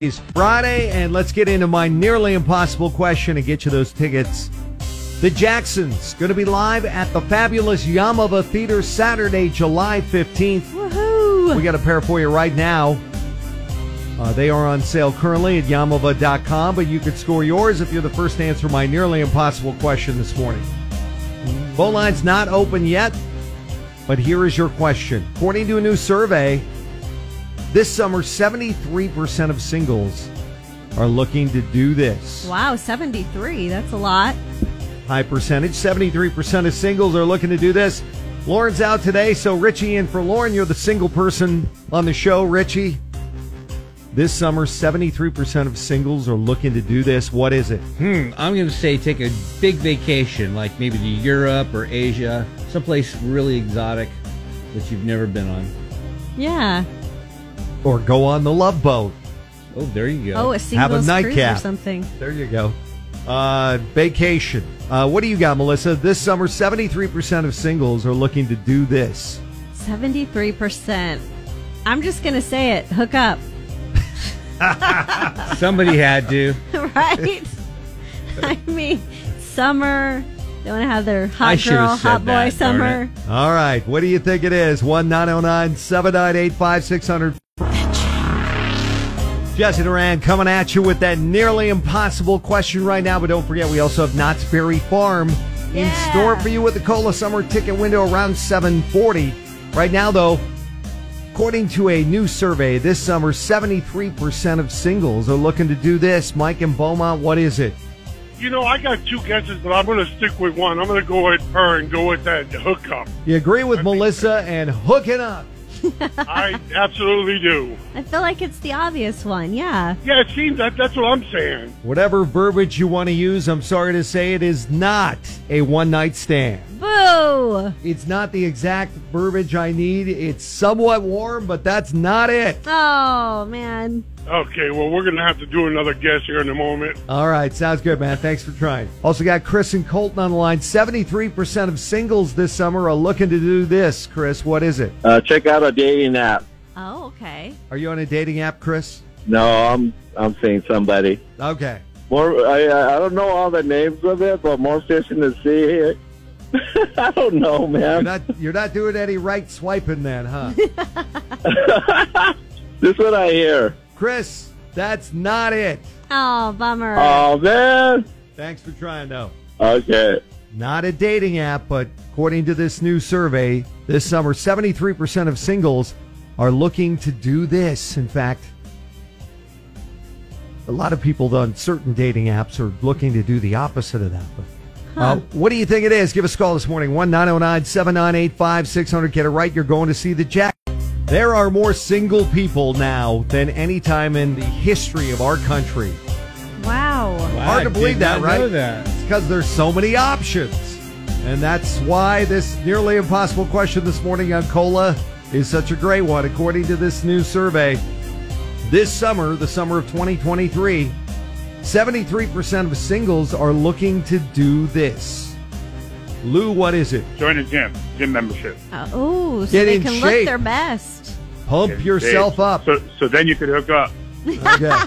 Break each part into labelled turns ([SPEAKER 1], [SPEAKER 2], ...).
[SPEAKER 1] is Friday, and let's get into my nearly impossible question and get you those tickets. The Jacksons going to be live at the fabulous Yamava Theater Saturday, July 15th.
[SPEAKER 2] Woohoo!
[SPEAKER 1] We got a pair for you right now. Uh, they are on sale currently at yamava.com, but you could score yours if you're the first to answer my nearly impossible question this morning. Phone line's not open yet, but here is your question. According to a new survey, this summer 73% of singles are looking to do this.
[SPEAKER 2] Wow, 73. That's a lot.
[SPEAKER 1] High percentage, 73% of singles are looking to do this. Lauren's out today, so Richie in for Lauren. You're the single person on the show, Richie. This summer, 73% of singles are looking to do this. What is it?
[SPEAKER 3] Hmm, I'm going to say take a big vacation, like maybe to Europe or Asia, someplace really exotic that you've never been on.
[SPEAKER 2] Yeah.
[SPEAKER 1] Or go on the love boat.
[SPEAKER 3] Oh, there you go.
[SPEAKER 2] Oh, a single cruise or
[SPEAKER 1] nightcap.
[SPEAKER 2] something.
[SPEAKER 1] There you go. Uh, vacation. Uh, what do you got, Melissa? This summer, 73% of singles are looking to do this.
[SPEAKER 2] 73%. I'm just going to say it. Hook up.
[SPEAKER 3] Somebody had to.
[SPEAKER 2] right? I mean, summer. They want to have their hot
[SPEAKER 3] I should
[SPEAKER 2] girl,
[SPEAKER 3] have said
[SPEAKER 2] hot boy
[SPEAKER 3] that, darn
[SPEAKER 2] summer.
[SPEAKER 3] it.
[SPEAKER 1] All right. What do you think it is? oh 1 909 798 5600. Jesse Duran coming at you with that nearly impossible question right now. But don't forget, we also have Knott's Berry Farm in
[SPEAKER 2] Yeah.
[SPEAKER 1] store for you with the Cola Summer ticket window around 740. Right now, though, according to a new survey, this summer, 73% of singles are looking to do this. Mike and Beaumont, what is it?
[SPEAKER 4] You know, I got two guesses, but I'm going to stick with one. I'm going to go with her and go with that hookup.
[SPEAKER 1] You agree with Melissa and hooking up.
[SPEAKER 4] I absolutely do.
[SPEAKER 2] I feel like it's the obvious one. Yeah.
[SPEAKER 4] Yeah, it seems that that's what I'm saying.
[SPEAKER 1] Whatever verbiage you want to use, I'm sorry to say it is not a one night stand.
[SPEAKER 2] Boo!
[SPEAKER 1] It's not the exact verbiage I need. It's somewhat warm, but that's not it.
[SPEAKER 2] Oh, man.
[SPEAKER 4] Okay, well, we're going to have to do another guess here in a moment.
[SPEAKER 1] All right, sounds good, man. Thanks for trying. Also got Chris and Colton on the line. 73% of singles this summer are looking to do this. Chris, what is it?
[SPEAKER 5] Uh, check out a dating app.
[SPEAKER 2] Oh, okay.
[SPEAKER 1] Are you on a dating app, Chris?
[SPEAKER 5] No, I'm I'm seeing somebody.
[SPEAKER 1] Okay.
[SPEAKER 5] More, I I I don't know all the names of it, but more fish in the sea. Here. I don't know,
[SPEAKER 1] You're
[SPEAKER 5] man.
[SPEAKER 1] not you're not doing any right swiping then, huh?
[SPEAKER 5] this is what I hear.
[SPEAKER 1] Chris, that's not it.
[SPEAKER 2] Oh, bummer.
[SPEAKER 5] Oh man.
[SPEAKER 1] Thanks for trying though.
[SPEAKER 5] Okay.
[SPEAKER 1] Not a dating app, but according to this new survey, this summer, 73% of singles are looking to do this. In fact, a lot of people on certain dating apps are looking to do the opposite of that. But, uh, what do you think it is? Give us a call this morning, oh 1 909 798 5600. Get it right. You're going to see the Jack. There are more single people now than any time in the history of our country.
[SPEAKER 2] Wow.
[SPEAKER 3] Wow,
[SPEAKER 1] Hard
[SPEAKER 3] I
[SPEAKER 1] to
[SPEAKER 3] did
[SPEAKER 1] believe that,
[SPEAKER 3] not
[SPEAKER 1] right?
[SPEAKER 3] Know that.
[SPEAKER 1] It's because there's so many options. And that's why this nearly impossible question this morning on cola is such a great one. According to this new survey, this summer, the summer of 2023, 73% of singles are looking to do this. Lou, what is it?
[SPEAKER 4] Join a gym, gym membership.
[SPEAKER 2] Uh, oh, so
[SPEAKER 1] Get
[SPEAKER 2] they
[SPEAKER 1] in
[SPEAKER 2] can
[SPEAKER 1] shape.
[SPEAKER 2] look their best.
[SPEAKER 1] Pump yourself up.
[SPEAKER 4] So, so then you could hook up.
[SPEAKER 1] Okay.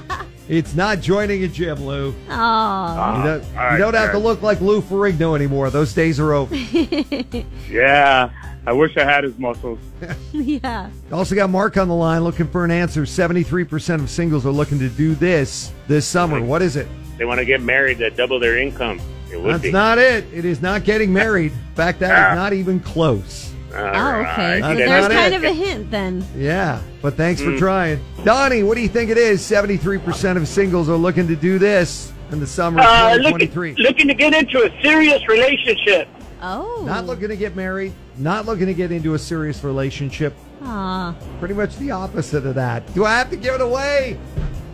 [SPEAKER 1] It's not joining a gym, Lou.
[SPEAKER 2] Oh.
[SPEAKER 1] You don't,
[SPEAKER 4] Ah, all right,
[SPEAKER 1] you don't have to
[SPEAKER 4] Jack.
[SPEAKER 1] look like Lou Ferrigno anymore. Those days are over.
[SPEAKER 4] Yeah, I wish I had his muscles.
[SPEAKER 2] yeah.
[SPEAKER 1] Also got Mark on the line looking for an answer. Seventy-three percent of singles are looking to do this this summer. What is it?
[SPEAKER 6] They want to get married to double their income. It would
[SPEAKER 1] That's
[SPEAKER 6] be.
[SPEAKER 1] not it. It is not getting married. In fact, that is not even close.
[SPEAKER 6] All
[SPEAKER 2] Oh, okay.
[SPEAKER 6] right.
[SPEAKER 2] So
[SPEAKER 1] That's
[SPEAKER 2] there's
[SPEAKER 1] not
[SPEAKER 2] kind
[SPEAKER 1] it.
[SPEAKER 2] of a hint then.
[SPEAKER 1] Yeah, but thanks for trying, Donnie. What do you think it is? Seventy-three percent of singles are looking to do this in the summer of
[SPEAKER 7] Uh,
[SPEAKER 1] twenty
[SPEAKER 7] looking,
[SPEAKER 1] twenty-three.
[SPEAKER 7] looking to get into a serious relationship.
[SPEAKER 2] Oh.
[SPEAKER 1] Not looking to get married. Not looking to get into a serious relationship.
[SPEAKER 2] Aw.
[SPEAKER 1] Pretty much the opposite of that. Do I have to give it away?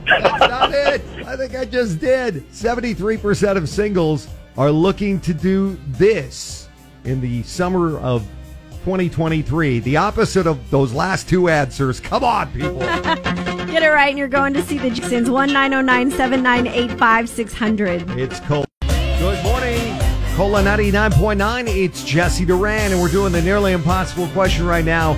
[SPEAKER 1] That's not it. I think I just did. 73% of singles are looking to do this in the summer of 2023. The opposite of those last two answers. Come on, people.
[SPEAKER 2] Get it right, and you're going to see the Jacksons. 1909 798 5600.
[SPEAKER 1] It's Cole. Good morning. Cola 99.9. It's Jesse Duran, and we're doing the nearly impossible question right now.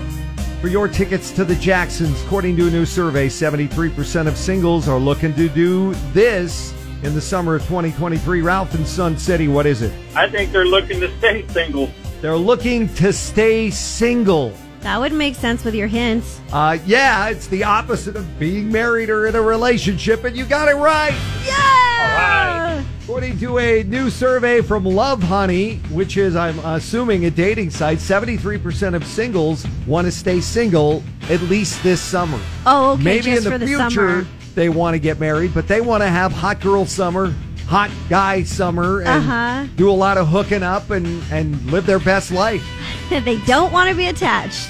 [SPEAKER 1] for your tickets to the Jacksons. According to a new survey, 73% of singles are looking to do this in the summer of 2023. Ralph and Sun City, what is it?
[SPEAKER 8] I think they're looking to stay single.
[SPEAKER 1] They're looking to stay single.
[SPEAKER 2] That would make sense with your hints.
[SPEAKER 1] Uh, yeah, it's the opposite of being married or in a relationship, and you got it right.
[SPEAKER 2] Yeah!
[SPEAKER 1] According to a new survey from Love Honey, which is, I'm assuming, a dating site, 73% of singles want to stay single at least this summer.
[SPEAKER 2] Oh, okay,
[SPEAKER 1] Maybe
[SPEAKER 2] just
[SPEAKER 1] in the
[SPEAKER 2] for the
[SPEAKER 1] future
[SPEAKER 2] summer.
[SPEAKER 1] they want to get married, but they want to have hot girl summer, hot guy summer, and
[SPEAKER 2] Uh-huh.
[SPEAKER 1] do a lot of hooking up and, and live their best life.
[SPEAKER 2] they don't want to be attached.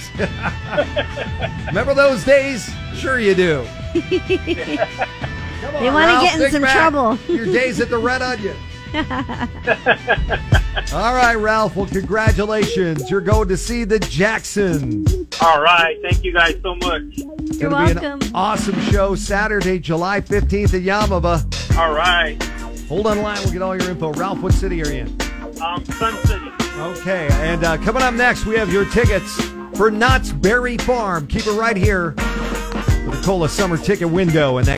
[SPEAKER 1] Remember those days? Sure you do.
[SPEAKER 2] They want to
[SPEAKER 1] Ralph,
[SPEAKER 2] get in
[SPEAKER 1] think
[SPEAKER 2] some
[SPEAKER 1] back.
[SPEAKER 2] trouble.
[SPEAKER 1] Your days at the Red Onion. All right, Ralph. Well, congratulations. You're going to see the Jacksons.
[SPEAKER 8] All right. Thank you guys so much.
[SPEAKER 2] You're
[SPEAKER 1] It'll be an
[SPEAKER 2] welcome.
[SPEAKER 1] awesome show Saturday, July 15th at Yamava.
[SPEAKER 8] All right.
[SPEAKER 1] Hold on the line. We'll get all your info. Ralph, what city are you in?
[SPEAKER 8] Um, Sun City.
[SPEAKER 1] Okay. And uh, coming up next, we have your tickets for Knott's Berry Farm. Keep it right here for the Cola Summer Ticket Window. And that